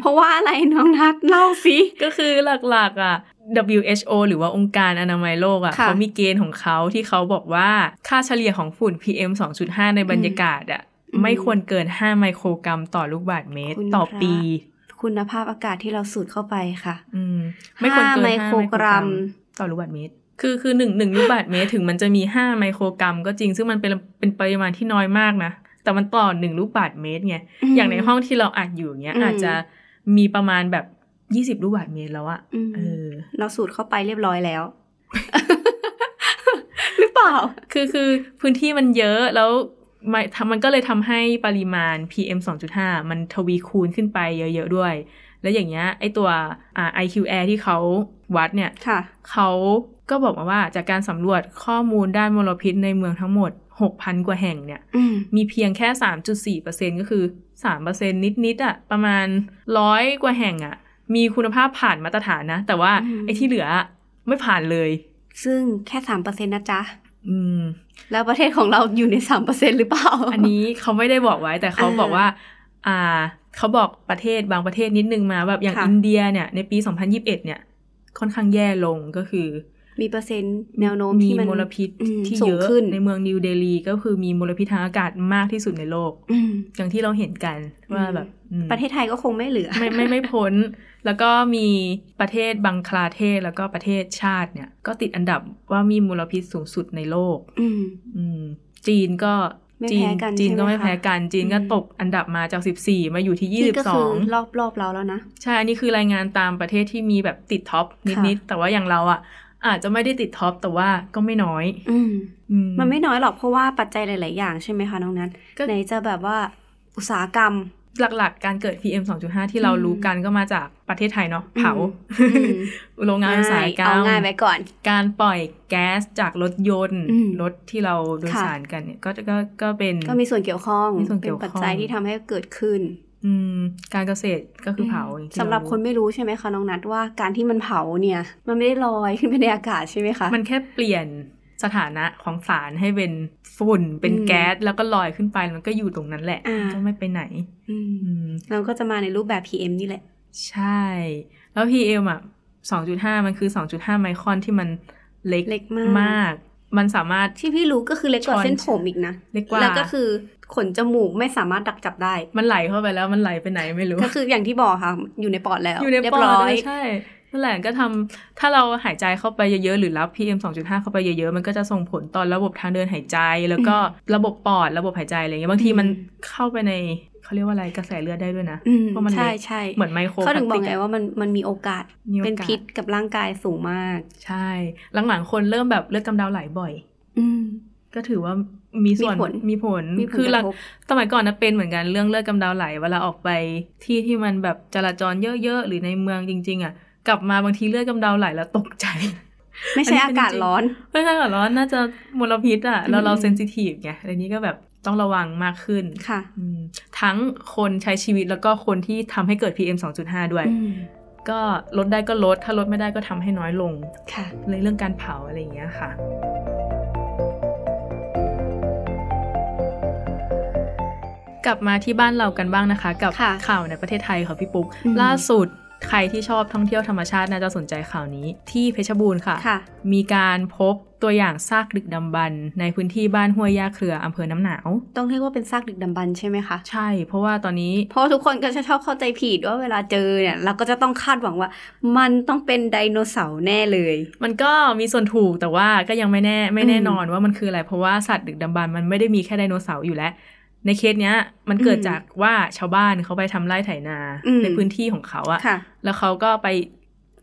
[SPEAKER 2] เพราะว่าอะไรน้องนัทเล่าสิ
[SPEAKER 1] ก็คือหลักๆอ่ะ WHO หรือว่าองค์การอนามัยโลกอ่ะ
[SPEAKER 2] ค่ะ
[SPEAKER 1] เขามีเกณฑ์ของเขาที่เขาบอกว่าค่าเฉลี่ยของฝุ่น PM 2.5 ในบรรยากาศอ่ะ
[SPEAKER 2] อืม
[SPEAKER 1] ไม่ควรเกิน 5 ไมโครกรัมต่อลูกบาศก์เมตร
[SPEAKER 2] คุณ
[SPEAKER 1] ต่อ
[SPEAKER 2] พระ
[SPEAKER 1] ปี
[SPEAKER 2] คุณภาพอากาศที่เราสูดเข้าไปค่ะ
[SPEAKER 1] อืมไม่ควรเกิน
[SPEAKER 2] ห้า
[SPEAKER 1] 5
[SPEAKER 2] ไมโค
[SPEAKER 1] ไม
[SPEAKER 2] ร
[SPEAKER 1] โคร
[SPEAKER 2] ก
[SPEAKER 1] ก
[SPEAKER 2] รั
[SPEAKER 1] รั
[SPEAKER 2] ม
[SPEAKER 1] ม ต่อลูกบาศก์เมตร คือคือหนึ่งหนึ่งลูกบาศก์เมตรถึงมันจะมี 5 ไมโครกรัม ก็จริงซึ่งมันเป็นเป็นปริมาณที่น้อยมากนะ แต่มันต่อหนึ่งลูกบาศก์เมตรไง
[SPEAKER 2] ม
[SPEAKER 1] อย่างในห้องที่เราอัดอยู่เนี้ย
[SPEAKER 2] อืม
[SPEAKER 1] อาจจะมีประมาณแบบ 20 ลูกบาศก์เมตรแล้วอะ
[SPEAKER 2] อืม
[SPEAKER 1] เออ
[SPEAKER 2] เราสูดเข้าไปเรียบร้อยแล้ว หรือเปล่า
[SPEAKER 1] คือคือพื้นที่มันเยอะแล้วมันมันก็เลยทำให้ปริมาณ PM 2.5 มันทวีคูณขึ้นไปเยอะๆด้วย แล้วอย่างเงี้ยไอตัวอ่า IQ Air ที่เขาวัดเนี่ย
[SPEAKER 2] ค่ะ
[SPEAKER 1] เขาก็บอกมาว่าจากการสำรวจข้อมูลด้านมลพิษในเมืองทั้งหมด 6,000 กว่าแห่งเนี่ย
[SPEAKER 2] อืม
[SPEAKER 1] มีเพียงแค่ 3.4%ก็คือ 3%นิดๆอะ่ะ ประมาณร้อยกว่าแห่งอะ่ะ มีคุณภาพผ่านมาตรฐานนะ แต่ว่า
[SPEAKER 2] อืม
[SPEAKER 1] ไอ้ที่เหลืออะไม่ผ่านเลย
[SPEAKER 2] ซึ่งแค่สามเปอร์เซ็นต์นะจ๊ะ
[SPEAKER 1] อืม
[SPEAKER 2] แล้วประเทศของเราอยู่ในสามเปอร์เซ็นต์หรือเปล่า
[SPEAKER 1] อันนี้เขาไม่ได้บอกไว้แต่เขาบอกว่า อ่า เขาบอกประเทศบางประเทศนิดนึงมาแบบอย่าง
[SPEAKER 2] ค่ะ
[SPEAKER 1] อินเดียเนี่ยในปี 2021 เนี่ย ค่อนข้างแย่ลงก็คือ
[SPEAKER 2] มีเปอร์เซ็นต์แนวโน้มที่มัน
[SPEAKER 1] มลพิษ
[SPEAKER 2] อืม
[SPEAKER 1] ที่
[SPEAKER 2] สูง
[SPEAKER 1] เยอะ
[SPEAKER 2] ขึ้น
[SPEAKER 1] ในเมืองนิวเดลีก็คือมีมลพิษทางอากาศมากที่สุดในโลก
[SPEAKER 2] อืม
[SPEAKER 1] อย่างที่เราเห็นกันว่า
[SPEAKER 2] อืม
[SPEAKER 1] แบบอืม
[SPEAKER 2] ประเทศไทยก็คงไม่เหลือ
[SPEAKER 1] ไม่ไม่ไม่พ้น แล้วก็มีประเทศบังคลาเทศแล้วก็ประเทศชาติเนี่ย ก็ติดอันดับว่ามีมลพิษสูงสุดในโลก
[SPEAKER 2] อืม
[SPEAKER 1] อืม จีนก็
[SPEAKER 2] ไม่
[SPEAKER 1] จี
[SPEAKER 2] แพ้กัน
[SPEAKER 1] จีน
[SPEAKER 2] ใช่ไหม
[SPEAKER 1] ก็ไม่
[SPEAKER 2] คะ
[SPEAKER 1] แพ้กันจีนก็
[SPEAKER 2] อืม
[SPEAKER 1] ตกอันดับมาจาก 14 มาอยู่ที่
[SPEAKER 2] นี่ก็คือ
[SPEAKER 1] 22
[SPEAKER 2] รอบรอบเราแล้วนะ
[SPEAKER 1] ใช่ อันนี้คือรายงานตามประเทศที่มีแบบติดท็อป
[SPEAKER 2] ค่ะ
[SPEAKER 1] นิดๆ แต่ว่าอย่างเราอ่ะ อาจจะไม่ได้ติดท็อปแต่ว่าก็ไม่น้อย
[SPEAKER 2] อืม
[SPEAKER 1] อื
[SPEAKER 2] มันไม่น้อยหรอกเพราะว่าปัจจัยหลาย ๆ อย่างใช่ไหมคะน้องนัท
[SPEAKER 1] ก็
[SPEAKER 2] ไหนจะแบบว่าอุตสาหกร รม
[SPEAKER 1] หลักๆ การเกิด PM 2.5 ที่เรารู้กันก็มาจากประเทศไทยเนาะเผา
[SPEAKER 2] อืม
[SPEAKER 1] โรงงานอุตสาหกรร
[SPEAKER 2] เอา
[SPEAKER 1] ม
[SPEAKER 2] ง่ายไว้ก่อน
[SPEAKER 1] การปล่อยแก๊สจากรถยนต์
[SPEAKER 2] อืม
[SPEAKER 1] รถที่เราโดย
[SPEAKER 2] ค่ะ
[SPEAKER 1] สารกันเนี่ยก็ก็ก็เป็น
[SPEAKER 2] ก็มีส่วนเกี่ยวข้อง
[SPEAKER 1] มีส่วนเกี่ยวข้อง
[SPEAKER 2] ปัจจัยที่ทำให้เกิดขึ้น
[SPEAKER 1] อืมการเกษตรก็คือเผาอย่างที่
[SPEAKER 2] สำหรับ
[SPEAKER 1] เา
[SPEAKER 2] คนไม่รู้ใช่ไหมคะน้องนัทว่าการที่มันเผาเนี่ย มันไม่ได้ลอยขึ้นไปในอากาศใช่ไหมคะ
[SPEAKER 1] มันแค่เปลี่ยนสถานะของสารให้เป็นฝุ่นเป็น
[SPEAKER 2] อืม
[SPEAKER 1] แก๊สแล้วก็ลอยขึ้นไปมันก็อยู่ตรงนั้นแหละ
[SPEAKER 2] อ่ามั
[SPEAKER 1] นก็ไม่ไปไหน
[SPEAKER 2] อืม
[SPEAKER 1] อืม
[SPEAKER 2] แล้วก็จะมาในรูปแบบ PM นี่แหละ
[SPEAKER 1] ใช่ แล้ว PM อ่ะ 2.5 มันคือ 2.5 ไมครอนที่มันเล็ก
[SPEAKER 2] เล็กมาก
[SPEAKER 1] กมันสามารถ
[SPEAKER 2] ที่พี่รู้ก็คือเล็กกว่า
[SPEAKER 1] ช้อน
[SPEAKER 2] เส้นผมอีกนะ
[SPEAKER 1] เล็กกว่า
[SPEAKER 2] แล้วก็คือขนจมูกไม่สามารถดักจับได้
[SPEAKER 1] มันไหลเข้าไปแล้วมันไหลไปไหนไม่รู้
[SPEAKER 2] ก็คืออย่างที่บอกค่ะ อยู่ในปอดแล้ว
[SPEAKER 1] อยู่ใน
[SPEAKER 2] เรี
[SPEAKER 1] ปอด
[SPEAKER 2] ร้อ
[SPEAKER 1] เลย ยใช่นั่นแหละก็ทำถ้าเราหายใจเข้าไปเยอะๆ หรือรับ PM 2.5 เข้าไปเยอะๆ มันก็จะส่งผลต่อระบบทางเดินหายใจ แล้วก็ระบบปอดระบบหายใจอะไรเงี้ยบางที
[SPEAKER 2] อืม
[SPEAKER 1] มันเข้าไปในเขาเรียกว่าอะไรกระแสเลือดได้ด้วยนะ
[SPEAKER 2] อืม
[SPEAKER 1] เพราะมันเล็ก
[SPEAKER 2] ใช่ใช่
[SPEAKER 1] เหมือนไมโคร
[SPEAKER 2] เขาถึงบอก
[SPEAKER 1] พล
[SPEAKER 2] ไง
[SPEAKER 1] ส
[SPEAKER 2] ว่ามันมันมีโอกาส
[SPEAKER 1] มีโอกาส
[SPEAKER 2] เป็นพิษกับร่างกายสูงมาก
[SPEAKER 1] ใช่หลังๆคนเริ่มแบบเลือดกำเดาไหลบ่อย
[SPEAKER 2] อืม
[SPEAKER 1] ก็ถือว่ามีส่วน
[SPEAKER 2] มีผล
[SPEAKER 1] มีผล
[SPEAKER 2] มีผล
[SPEAKER 1] คือก หลัง
[SPEAKER 2] ระทบ
[SPEAKER 1] สมัยก่อนนะเป็นเหมือนกันเรื่องเลือดกำเดาไหลเวลาออกไปที่ที่มันแบบจราจรเยอะๆ หรือในเมืองจริง ๆ อ่ะ กลับมาบางทีเลือดกำเดาไหลแล้วตกใจ
[SPEAKER 2] ไม่
[SPEAKER 1] อัน
[SPEAKER 2] ใช่
[SPEAKER 1] นี้
[SPEAKER 2] อา
[SPEAKER 1] เป็น
[SPEAKER 2] กาศ
[SPEAKER 1] จริง
[SPEAKER 2] ร้อน
[SPEAKER 1] ไม่ใช่หรอร้อนน่าจะมลพิษอ่ะแล้วเรา
[SPEAKER 2] อืม
[SPEAKER 1] เซนซิทีฟไงอันนี้ก็แบบต้องระวังมากขึ้น
[SPEAKER 2] ค่ะ
[SPEAKER 1] อืมทั้งคนใช้ชีวิตแล้วก็คนที่ทำให้เกิด PM 2.5 ด้วย
[SPEAKER 2] อืม
[SPEAKER 1] ก็ลดได้ก็ลด ถ้าลดไม่ได้ก็ทำให้น้อยลง
[SPEAKER 2] ค่ะ
[SPEAKER 1] ในเรื่องการเผาอะไรอย่างเงี้ยค่ะ กลับมาที่บ้านเรากันบ้างนะคะ กับ
[SPEAKER 2] ค่ะ
[SPEAKER 1] ข่าวในประเทศไทยค่ะพี่ปุ๊ก
[SPEAKER 2] อืม
[SPEAKER 1] ล่าสุดใครที่ชอบท่องเที่ยวธรรมชาติน่าจะสนใจข่าวนี้ ที่เพชรบูรณ์ค่ะ
[SPEAKER 2] ค่ะ
[SPEAKER 1] มีการพบตัวอย่างซากดึกดำบรรพ์ในพื้นที่บ้านห้วยยาเครืออำเภอน้ำหนาว
[SPEAKER 2] ต้องเรียกว่าเป็นซากดึกดำบรรพ์ใช่ไหมคะ
[SPEAKER 1] ใช่ เพราะว่าตอนนี้
[SPEAKER 2] เพราะทุกคนก็จะชอบเข้าใจผิดว่าเวลาเจอเนี่ย เราก็จะต้องคาดหวังว่า มันต้องเป็นไดโนเสาร์แน่เลย
[SPEAKER 1] มันก็มีส่วนถูกแต่ว่าก็ยังไม่แน่ไม่แน่
[SPEAKER 2] อืม
[SPEAKER 1] นอนว่ามันคืออะไร เพราะว่าสัตว์ดึกดำบรรพ์มันไม่ได้มีแค่ไดโนเสาร์อยู่แล้ว ในเคสเนี้ย มันเกิด
[SPEAKER 2] อืม
[SPEAKER 1] จากว่าชาวบ้านเขาไปทำไร่ไถนา
[SPEAKER 2] อืม
[SPEAKER 1] ในพื้นที่ของเขาอะ
[SPEAKER 2] ค่ะ
[SPEAKER 1] แล้วเขาก็ไป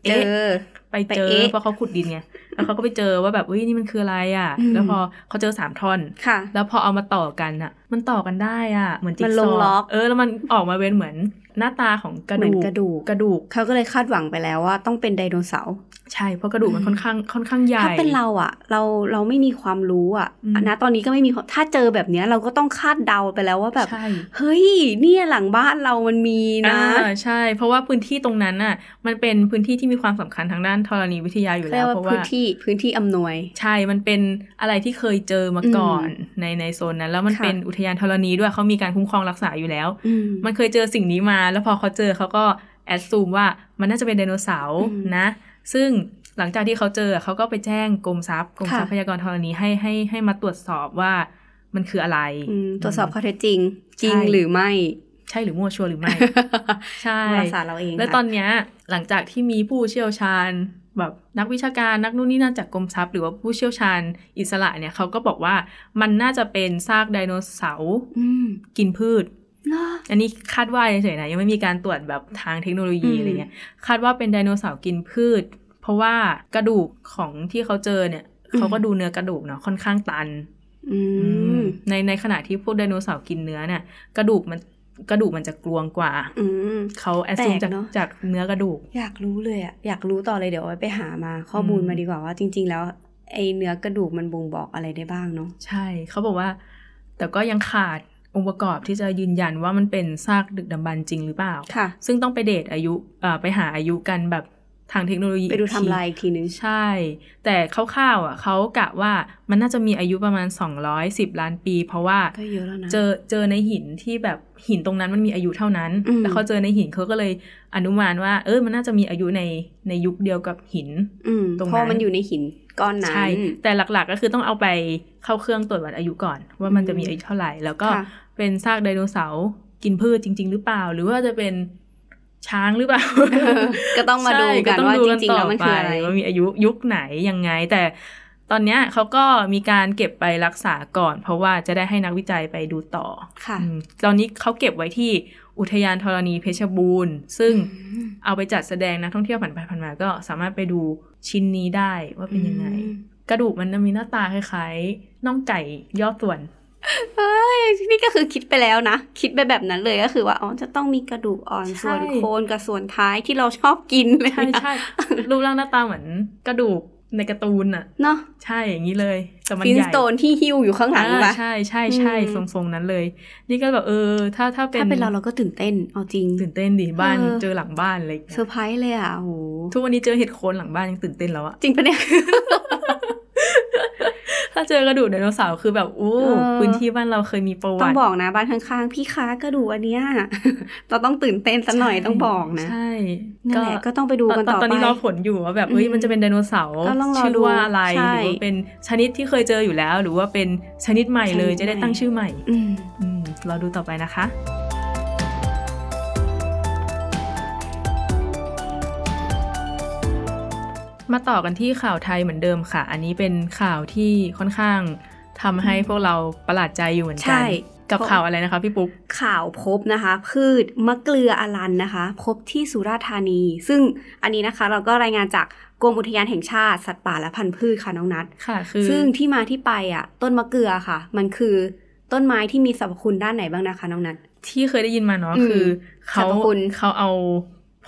[SPEAKER 2] เจ
[SPEAKER 1] เอ๊ะ
[SPEAKER 2] อ
[SPEAKER 1] ไปเจอ
[SPEAKER 2] ไปเอ๊ะ
[SPEAKER 1] เพราะเขาขุดดินไงแล้วเขาก็ไปเจอว่าแบบเอ้ยนี่มันคืออะไรอะ
[SPEAKER 2] อืม
[SPEAKER 1] แล้วพอเขาเจอสามท่อน
[SPEAKER 2] ค่ะ
[SPEAKER 1] แล้วพอเอามาต่อกันอะมันต่อกันได้อะเหมือนจิ๊ก
[SPEAKER 2] มัน
[SPEAKER 1] ซ
[SPEAKER 2] ลง
[SPEAKER 1] อ
[SPEAKER 2] ล็อก
[SPEAKER 1] ว์เออแล้วมันออกมาเป็นเหมือนหน้าตาของกระ
[SPEAKER 2] เหมื
[SPEAKER 1] ดู
[SPEAKER 2] อ
[SPEAKER 1] ก
[SPEAKER 2] นกระดูก
[SPEAKER 1] กระดูก
[SPEAKER 2] เขาก็เลยคาดหวังไปแล้วว่าต้องเป็นไดโนเสาร์
[SPEAKER 1] ใช่เพราะกระดูกมันค่อนข้างค่อนข้างใหญ่
[SPEAKER 2] ถ้าเป็นเราอะเราเราไม่มีความรู้อะ
[SPEAKER 1] อืม
[SPEAKER 2] นะตอนนี้ก็ไม่มีความถ้าเจอแบบเนี้ยเราก็ต้องคาดเดาไปแล้วว่าแบบ
[SPEAKER 1] ใช่
[SPEAKER 2] เฮ้ย เนี่ยหลังบ้านเรามันมีนะ
[SPEAKER 1] อ่าใช่ เพราะว่าพื้นที่ตรงนั้นน่ะ มันเป็นพื้นที่ที่มีความสำคัญทางด้านธรณีวิทยาอยู่
[SPEAKER 2] เรี
[SPEAKER 1] แล้
[SPEAKER 2] ยว ก
[SPEAKER 1] เพราะ
[SPEAKER 2] ว่าพื้
[SPEAKER 1] ว่าน
[SPEAKER 2] ที่พื้นที่อำนวย
[SPEAKER 1] ใช่ มันเป็นอะไรที่เคยเจอมาก่อนในในโซนนั้น แล้วมัน
[SPEAKER 2] ค่ะ
[SPEAKER 1] เป็นอุทยานธรณีด้วยเขามีการคุ้มครองรักษาอยู่แล้ว
[SPEAKER 2] อืม
[SPEAKER 1] มันเคยเจอสิ่งนี้มา แล้วพอเขาเจอเขาก็แอดซูมว่ามันน่าจะเป็นไดโนเสาร์
[SPEAKER 2] อืม
[SPEAKER 1] นะ ซึ่งหลังจากที่เขาเจอเขาก็ไปแจ้งกรมทรัพย์กรม
[SPEAKER 2] ค่ะ
[SPEAKER 1] ทรัพยากรธรณีให้ให้ให้มาตรวจสอบว่ามันคืออะไร
[SPEAKER 2] อืมตรวจสอบข้อเท็จจริง จริง
[SPEAKER 1] ใช่
[SPEAKER 2] หรือไม่
[SPEAKER 1] ใช่หรือมั่วชัวร์ห รือไม่ ใช่
[SPEAKER 2] วารสารเราเอง
[SPEAKER 1] และ
[SPEAKER 2] ค่ะ
[SPEAKER 1] ตอนเนี้ยหลังจากที่มีผู้เชี่ยวชาญ แบบนักวิชาการนักนู่นนี่นั่นจากกรมทรัพย์ หรือว่าผู้เชี่ยวชาญอิสระเนี่ยเขาก็บอกว่ามันน่าจะเป็นซากไดโนเสาร์
[SPEAKER 2] อืม
[SPEAKER 1] กินพืช
[SPEAKER 2] เนอะ
[SPEAKER 1] อันนี้คาดว่าเฉยๆนะยังไม่มีการตรวจแบบทางเทคโนโลยี
[SPEAKER 2] อืม
[SPEAKER 1] อะไรเงี้ยคาดว่าเป็นไดโนเสาร์กินพืช เพราะว่ากระดูกของที่เขาเจอเนี่ยเขาก็ดูเนื้อกระดูกเนาะค่อนข้างตัน
[SPEAKER 2] อืม
[SPEAKER 1] ในในขณะที่พวกไดโนเสาร์กินเนื้อเนี่ยกระดูกมันกระดูกมันจะกลวงกว่า
[SPEAKER 2] อืม
[SPEAKER 1] เขาแอดซูม
[SPEAKER 2] แปลก
[SPEAKER 1] จาก
[SPEAKER 2] เนอะ
[SPEAKER 1] จากเนื้อกระดูก
[SPEAKER 2] อยากรู้เลยอะอยากรู้ต่อเลยเดี๋ยวเอาไว้ไปหามาข้อมูล
[SPEAKER 1] อืม
[SPEAKER 2] มาดีกว่าว่าจริง ๆ แล้วไอเนื้อกระดูกมันบ่งบอกอะไรได้บ้างเนาะ
[SPEAKER 1] ใช่ เขาบอกว่า แต่ก็ยังขาดองค์ประกอบที่จะยืนยันว่ามันเป็นซากดึกดำบรรพ์จริงหรือเปล่า
[SPEAKER 2] ค่ะ
[SPEAKER 1] ซึ่งต้องไปเดทอายุเอ่อไปหาอายุกันแบบทางเทคโนโลยี
[SPEAKER 2] ไปดู
[SPEAKER 1] อีก
[SPEAKER 2] ไทำลายอีกทีนึง
[SPEAKER 1] ใช่ แต่คร่าวๆอ่ะเขากะว่ามันน่าจะมีอายุประมาณ 210 ล้านปี เพราะว่า
[SPEAKER 2] ก็เยอะแล้วนะ
[SPEAKER 1] เจอเจอในหินที่แบบหินตรงนั้นมันมีอายุเท่านั้น
[SPEAKER 2] อืม
[SPEAKER 1] แล้วเขาเจอในหินเขาก็เลยอนุมานว่า เออมันน่าจะมีอายุในในยุคเดียวกับหิน
[SPEAKER 2] อืม
[SPEAKER 1] ตรงนั้น
[SPEAKER 2] เพราะมันอยู่ในหิน ก้อนนั้น
[SPEAKER 1] ใช่ แต่หลักๆก็คือต้องเอาไปเข้าเครื่องตรวจวัดอายุก่อน ว่ามันจะมีอายุเท่าไหร่ แล้วก็
[SPEAKER 2] ค่ะ
[SPEAKER 1] เป็นซากไดโนเสาร์กินพืชจริง ๆ หรือเปล่า หรือว่าจะเป็นช้างหรือเปล่า
[SPEAKER 2] ก็ ต้องมาดู
[SPEAKER 1] ใช่
[SPEAKER 2] กัน
[SPEAKER 1] ต้อ
[SPEAKER 2] ว่า
[SPEAKER 1] ดู
[SPEAKER 2] จริงๆแล้วมันคืออะไร
[SPEAKER 1] ต่ปว่ามีอายุยุคไหนยังไง แต่ตอนเนี้ยเขาก็มีการเก็บไปรักษาก่อน เพราะว่าจะได้ให้นักวิจัยไปดูต่อ
[SPEAKER 2] ค่ะ
[SPEAKER 1] อืมตอนนี้เขาเก็บไว้ที่อุทยานธรณีเพชรบูรณ์ ซึ่ง เอาไปจัดแสดงนะักท่องเที่ยวผ่านไปผ่านมาก็สามารถไปดูชิ้นนี้ได้ว่าเป็นยังไง กระดูกมันมีหน้าตาคล้ายๆน่องไก่ย่อ ส่วน
[SPEAKER 2] เอ้ยนี่ก็คือคิดไปแล้วนะ คิดไปแบบนั้นเลยก็คือว่าอ๋อจะต้องมีกระดูกอ่อน
[SPEAKER 1] ใช่
[SPEAKER 2] ส่วนโคนกับส่วนท้ายที่เราชอบกินเลย
[SPEAKER 1] ใช่ใช่ รูปร่างหน้าตาเหมือนกระดูกในการ์ตูนอะ
[SPEAKER 2] เนาะ
[SPEAKER 1] ใช่อย่างนี้เลยแต่มัน
[SPEAKER 2] ฟิน
[SPEAKER 1] ให
[SPEAKER 2] ส
[SPEAKER 1] ญ่
[SPEAKER 2] โตนที่หิ้วอยู่ข้างหลัง
[SPEAKER 1] อ่า
[SPEAKER 2] ปะ
[SPEAKER 1] ใช่ใช่ใช่
[SPEAKER 2] อืม
[SPEAKER 1] ทรงๆนั้นเลย นี่ก็แบบเออ ถ้าถ้าเป็น
[SPEAKER 2] ถ้าเป็นเราเราก็ตื่นเต้นเอาจริง
[SPEAKER 1] ตื่นเต้นดิบ้าน
[SPEAKER 2] เออ
[SPEAKER 1] เจอหลังบ้านอะไรอย่าง
[SPEAKER 2] เซ
[SPEAKER 1] เงี้
[SPEAKER 2] อย ร์ไพรส์เลยอ่ะโอ้โห
[SPEAKER 1] ทุกวันนี้เจอเห็ดโคนหลังบ้านยังตื่นเต้นแล้วอะ
[SPEAKER 2] จริงปะเนี่ย
[SPEAKER 1] ถ้าเจอกระดูกไดโนเสาร์คือแบบโอ้
[SPEAKER 2] เออ
[SPEAKER 1] พื้นที่บ้านเราเคยมีประ
[SPEAKER 2] ต้อ
[SPEAKER 1] วั
[SPEAKER 2] ง
[SPEAKER 1] ติ
[SPEAKER 2] บอกนะบ้านข้างๆ พี่ค้ากระดูกอันเนี้ย เราต้องตื่นเต้นสักหน่อย
[SPEAKER 1] ใช่
[SPEAKER 2] ต้องบอกนะ
[SPEAKER 1] ใช่
[SPEAKER 2] นั่นแหละก็ต้องไปดูกัน
[SPEAKER 1] ต
[SPEAKER 2] ต่
[SPEAKER 1] อ
[SPEAKER 2] อน ไป
[SPEAKER 1] ตอนนี้รอผลอยู่ว่าแบบเอ้ย
[SPEAKER 2] อืม
[SPEAKER 1] มันจะเป็นไดโนเสาร์
[SPEAKER 2] ก็ต้องรอ
[SPEAKER 1] ชื่อว่าอะไร
[SPEAKER 2] ดูใช่
[SPEAKER 1] หรือว่าเป็นชนิดที่เคยเจออยู่แล้ว หรือว่าเป็นชนิดใหม่เลย
[SPEAKER 2] ชนิด
[SPEAKER 1] จะได้
[SPEAKER 2] ใหม่
[SPEAKER 1] ตั้งชื่อใหม่
[SPEAKER 2] อืม
[SPEAKER 1] อืมรอดูต่อไปนะคะ มาต่อกันที่ข่าวไทยเหมือนเดิมค่ะ อันนี้เป็นข่าวที่ค่อนข้างทำให้พวกเราประหลาดใจอยู่เหมือนกั
[SPEAKER 2] ใช่
[SPEAKER 1] นกับข่าวอะไรนะคะพี่ปุ๊ก
[SPEAKER 2] ข่าวพบนะคะ พืชมะเกลืออลันนะคะ พบที่สุราษฎร์ธานี ซึ่งอันนี้นะคะเราก็รายงานจากกรมอุทยานแห่งชาติ สัตว์ป่าและพันธุ์พืชค่ะน้องนัท
[SPEAKER 1] ค่ะ คือ
[SPEAKER 2] ซึ่งที่มาที่ไปอ่ะ ต้นมะเกลือค่ะ มันคือต้นไม้ที่มีสรรพคุณด้านไหนบ้างนะคะน้องนัท
[SPEAKER 1] ที่เคยได้ยินมาเนาะ
[SPEAKER 2] อืม
[SPEAKER 1] คือเขา
[SPEAKER 2] สรรพคุณ
[SPEAKER 1] เขาเอา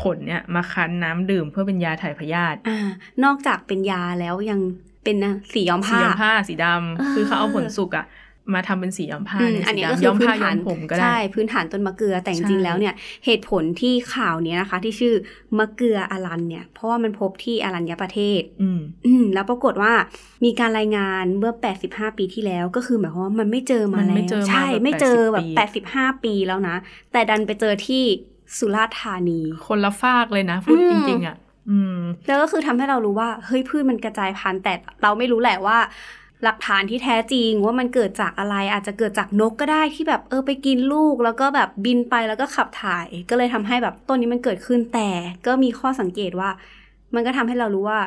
[SPEAKER 1] ผลเนี่ยมาคั้นน้ำดื่มเพื่อเป็นยาถ่ายพยาธิ
[SPEAKER 2] อ่านอกจากเป็นยาแล้วยังเป็นสีย้อม
[SPEAKER 1] สี
[SPEAKER 2] ผ้า
[SPEAKER 1] ย้อมผ้าสีดำ
[SPEAKER 2] อ่า
[SPEAKER 1] คือเขาเอาผลสุกอะมาทำเป็นสีย้อมผ้า
[SPEAKER 2] อืม
[SPEAKER 1] เนี่ย
[SPEAKER 2] อั
[SPEAKER 1] สี
[SPEAKER 2] นเนี้ยก็
[SPEAKER 1] ดำ
[SPEAKER 2] คื
[SPEAKER 1] ย้
[SPEAKER 2] อ
[SPEAKER 1] อม
[SPEAKER 2] พื้น
[SPEAKER 1] ผ้าย้
[SPEAKER 2] ฐา
[SPEAKER 1] อน มผมก็ได้
[SPEAKER 2] ใช่พื้นฐานต้นมะเกลือแต่จริงๆแล้วเนี่ยเหตุผลที่ข่าวเนี้ยนะคะ ที่ชื่อมะเกลืออลันเนี่ยเพราะว่ามันพบที่อรัญญประเทศ
[SPEAKER 1] อืม
[SPEAKER 2] อืมแล้วปรากฏว่ามีการรายงานเมื่อ 85 ปีที่แล้วก็คือหมายความว่ามันไม่เจอมาม
[SPEAKER 1] น
[SPEAKER 2] แล้ว
[SPEAKER 1] ไม่เจอมา
[SPEAKER 2] ใช่
[SPEAKER 1] แบบ
[SPEAKER 2] ไม่เจอ
[SPEAKER 1] 80
[SPEAKER 2] แบบ 85 ปีแล้วนะ แต่ดันไปเจอที่สุราษฎร์ธานี
[SPEAKER 1] คนละฟากเลยนะ พูด
[SPEAKER 2] อืม
[SPEAKER 1] จริง ๆอะอืม
[SPEAKER 2] แล้วก็คือทำให้เรารู้ว่าเฮ้ยพืชมันกระจายพันธุ์แต่เราไม่รู้แหละว่า หลักฐานที่แท้จริงว่ามันเกิดจากอะไรอาจจะเกิดจากนกก็ได้ที่แบบเออไปกินลูก แล้วก็แบบบินไปแล้วก็ขับถ่าย ก็เลยทำให้แบบต้นนี้มันเกิดขึ้นแต่ก็มีข้อสังเกตว่า มันก็ทำให้เรารู้ว่า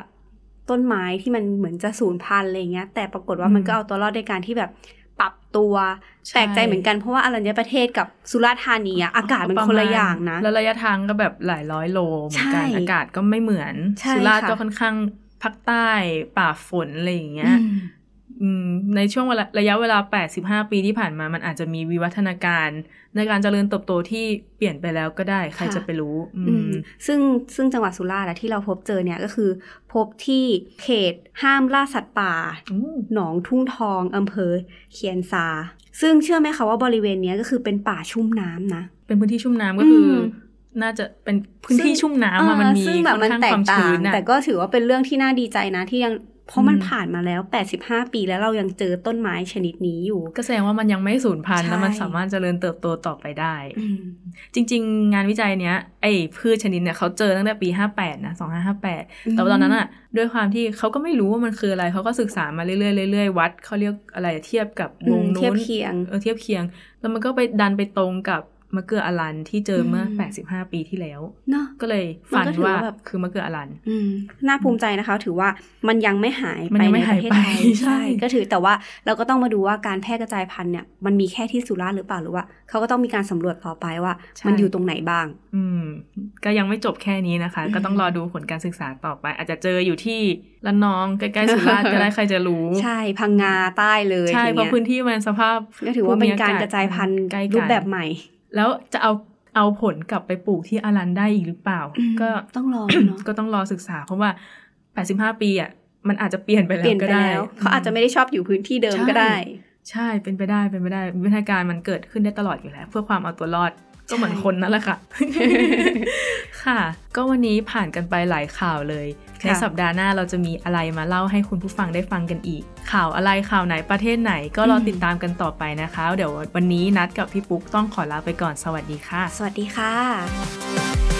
[SPEAKER 2] ต้นไม้ที่มันเหมือนจะสูญพันธุ์อะไรเงี้ย แต่ปรากฏว่า
[SPEAKER 1] อืม
[SPEAKER 2] มันก็เอาตัวรอดในการที่แบบปรับตัว
[SPEAKER 1] ใช่
[SPEAKER 2] แปลกใจเหมือนกันเพราะว่าอรัญญประเทศกับสุราษฎร์ธานีอะอากาศมัน
[SPEAKER 1] ประ
[SPEAKER 2] คนละ
[SPEAKER 1] ณ
[SPEAKER 2] อย่างนะ
[SPEAKER 1] แล้วระยะทางก็แบบหลายร้อยโลเหมือนกัน
[SPEAKER 2] ใช่
[SPEAKER 1] อากาศก็ไม่เหมือน
[SPEAKER 2] ใช่
[SPEAKER 1] สุราษฎร์
[SPEAKER 2] ค่ะ
[SPEAKER 1] ก็ค่อนข้างภาคใต้ป่าฝนอะไรอย่างเงี้ย
[SPEAKER 2] อืม
[SPEAKER 1] อืมในช่วงเวลาระยะเวลา 85 ปีที่ผ่านมา มันอาจจะมีวิวัฒนาการ ในการเจริญเติบโตที่เปลี่ยนไปแล้วก็ได้ ใคร
[SPEAKER 2] ค่ะ
[SPEAKER 1] จะไปรู้ อื
[SPEAKER 2] อื
[SPEAKER 1] ม
[SPEAKER 2] มซึ่งซึ่งจังหวัดสุราษฎร์อะที่เราพบเจอเนี่ยก็คือ พบที่เขตห้ามล่าสัตว์ป่า
[SPEAKER 1] อืม
[SPEAKER 2] หนองทุ่งทองอำเภอเคียนซา ซึ่งเชื่อไหมคะว่าบริเวณเนี้ยก็คือเป็นป่าชุ่มน้ำนะ
[SPEAKER 1] เป็นพื้นที่ชุ่มน้ำก็คืออ
[SPEAKER 2] ม
[SPEAKER 1] น่าจะเป็นพื้นที่ชุ่มน้ำอะมันมี
[SPEAKER 2] เออซึ่งแบบมัน
[SPEAKER 1] ค่อน
[SPEAKER 2] แต
[SPEAKER 1] ข้างค
[SPEAKER 2] ก
[SPEAKER 1] วาม
[SPEAKER 2] ต่า
[SPEAKER 1] ชื้
[SPEAKER 2] ง
[SPEAKER 1] นอะ
[SPEAKER 2] แต่ก็ถือว่าเป็นเรื่องที่น่าดีใจนะที่ยังเพราะมัน
[SPEAKER 1] อืม
[SPEAKER 2] ผ่านมาแล้ว 85 ปีแล้วเรายังเจอต้นไม้ชนิดนี้อยู่
[SPEAKER 1] ก็แสดงว่ามันยังไม่สูญพันธุ์
[SPEAKER 2] ใช่
[SPEAKER 1] แล้วมันสามารถเจริญเติบโตต่อไปได้
[SPEAKER 2] อืม
[SPEAKER 1] จริง ๆ งานวิจัยเนี้ยไอ้พืชชนิดเนี่ยเขาเจอตั้งแต่ปี 58 นะ 2558 แต่ว่าตอนนั้นอะด้วยความที่เขาก็ไม่รู้ว่ามันคืออะไรเขาก็ศึกษามาเรื่อยๆเรื่อยๆวัดเขาเรียกอะไรเทียบกับวง
[SPEAKER 2] อืม
[SPEAKER 1] นู้น
[SPEAKER 2] เทียบเคียง
[SPEAKER 1] เออเทียบเคียง แล้วมันก็ไปดันไปตรงกับมะเกลืออลันที่เจอเมื่อ
[SPEAKER 2] อืม
[SPEAKER 1] 85 ปีที่แล้ว
[SPEAKER 2] เนาะ
[SPEAKER 1] ก็เลยฝัน
[SPEAKER 2] มันก็ถือ
[SPEAKER 1] ว่า
[SPEAKER 2] ว่าแบบ
[SPEAKER 1] คือมะเกลืออลัน
[SPEAKER 2] อืมน่าภูมิใจนะคะ ถือว่ามันยังไม่หาย
[SPEAKER 1] มัน
[SPEAKER 2] ไป
[SPEAKER 1] ยังไม่
[SPEAKER 2] ในประเทศไท
[SPEAKER 1] หาย
[SPEAKER 2] ย
[SPEAKER 1] ไปใช่
[SPEAKER 2] ก็ถือแต่ว่าเราก็ต้องมาดูว่าการแพร่กระจายพันธุ์เนี่ยมันมีแค่ที่สุราษฎร์หรือเปล่าหรือว่าเขาก็ต้องมีการสำรวจต่อไปว่า มันอยู่ตรงไหนบ้าง
[SPEAKER 1] อืม ก็ยังไม่จบแค่นี้นะคะ
[SPEAKER 2] อืม
[SPEAKER 1] ก็ต้องรอดูผลการศึกษาต่อไป อาจจะเจออยู่ที่ละนองใกล้ๆสุราษฎร์ ก็ได้ใครจะรู้
[SPEAKER 2] ใช่พังงาใต้เลย
[SPEAKER 1] ใช่
[SPEAKER 2] ที
[SPEAKER 1] เพ
[SPEAKER 2] เนี้
[SPEAKER 1] ราะ
[SPEAKER 2] ย
[SPEAKER 1] พื้นที่มันสภาพ
[SPEAKER 2] ก็ถือว่าเป็นการ
[SPEAKER 1] ภูมิ
[SPEAKER 2] กระจายพันธุ์
[SPEAKER 1] ใกล้กัน
[SPEAKER 2] รูปแบบใหม่
[SPEAKER 1] แล้วจะเอาเอาผลกลับไปปลูกที่อารันได้อีกหรือเปล่า
[SPEAKER 2] อืม
[SPEAKER 1] ก็
[SPEAKER 2] ต้องรอเนาะ
[SPEAKER 1] ก็ต้องรอศึกษา เพราะว่า 85 ปีอ่ะมันอาจจะเปลี่ยนไปแล้
[SPEAKER 2] เปลี่
[SPEAKER 1] วย
[SPEAKER 2] น
[SPEAKER 1] ก็
[SPEAKER 2] ไป
[SPEAKER 1] ได้
[SPEAKER 2] แล้วเขาอาจจะไม่ได้ชอบอยู่พื้นที่เดิมก็ได้
[SPEAKER 1] ใช่เป็นไปได้เป็นไปได้วิทยาการมันเกิดขึ้นได้ตลอดอยู่แล้ว เพื่อความเอาตัวรอดก็เหมือนคนนั่นแหละค่ะ ค่ะ ก็วันนี้ผ่านกันไปหลายข่าวเลย
[SPEAKER 2] ค่ะ
[SPEAKER 1] ในสัปดาห์หน้าเราจะมีอะไรมาเล่าให้คุณผู้ฟังได้ฟังกันอีก ข่าวอะไรข่าวไหนประเทศไหน ก็รอติดตามกันต่อไปนะคะ เดี๋ยววันนี้นัดกับพี่ปุ๊กต้องขอลาไปก่อนสวัสดีค่ะ
[SPEAKER 2] สวัสดีค่ะ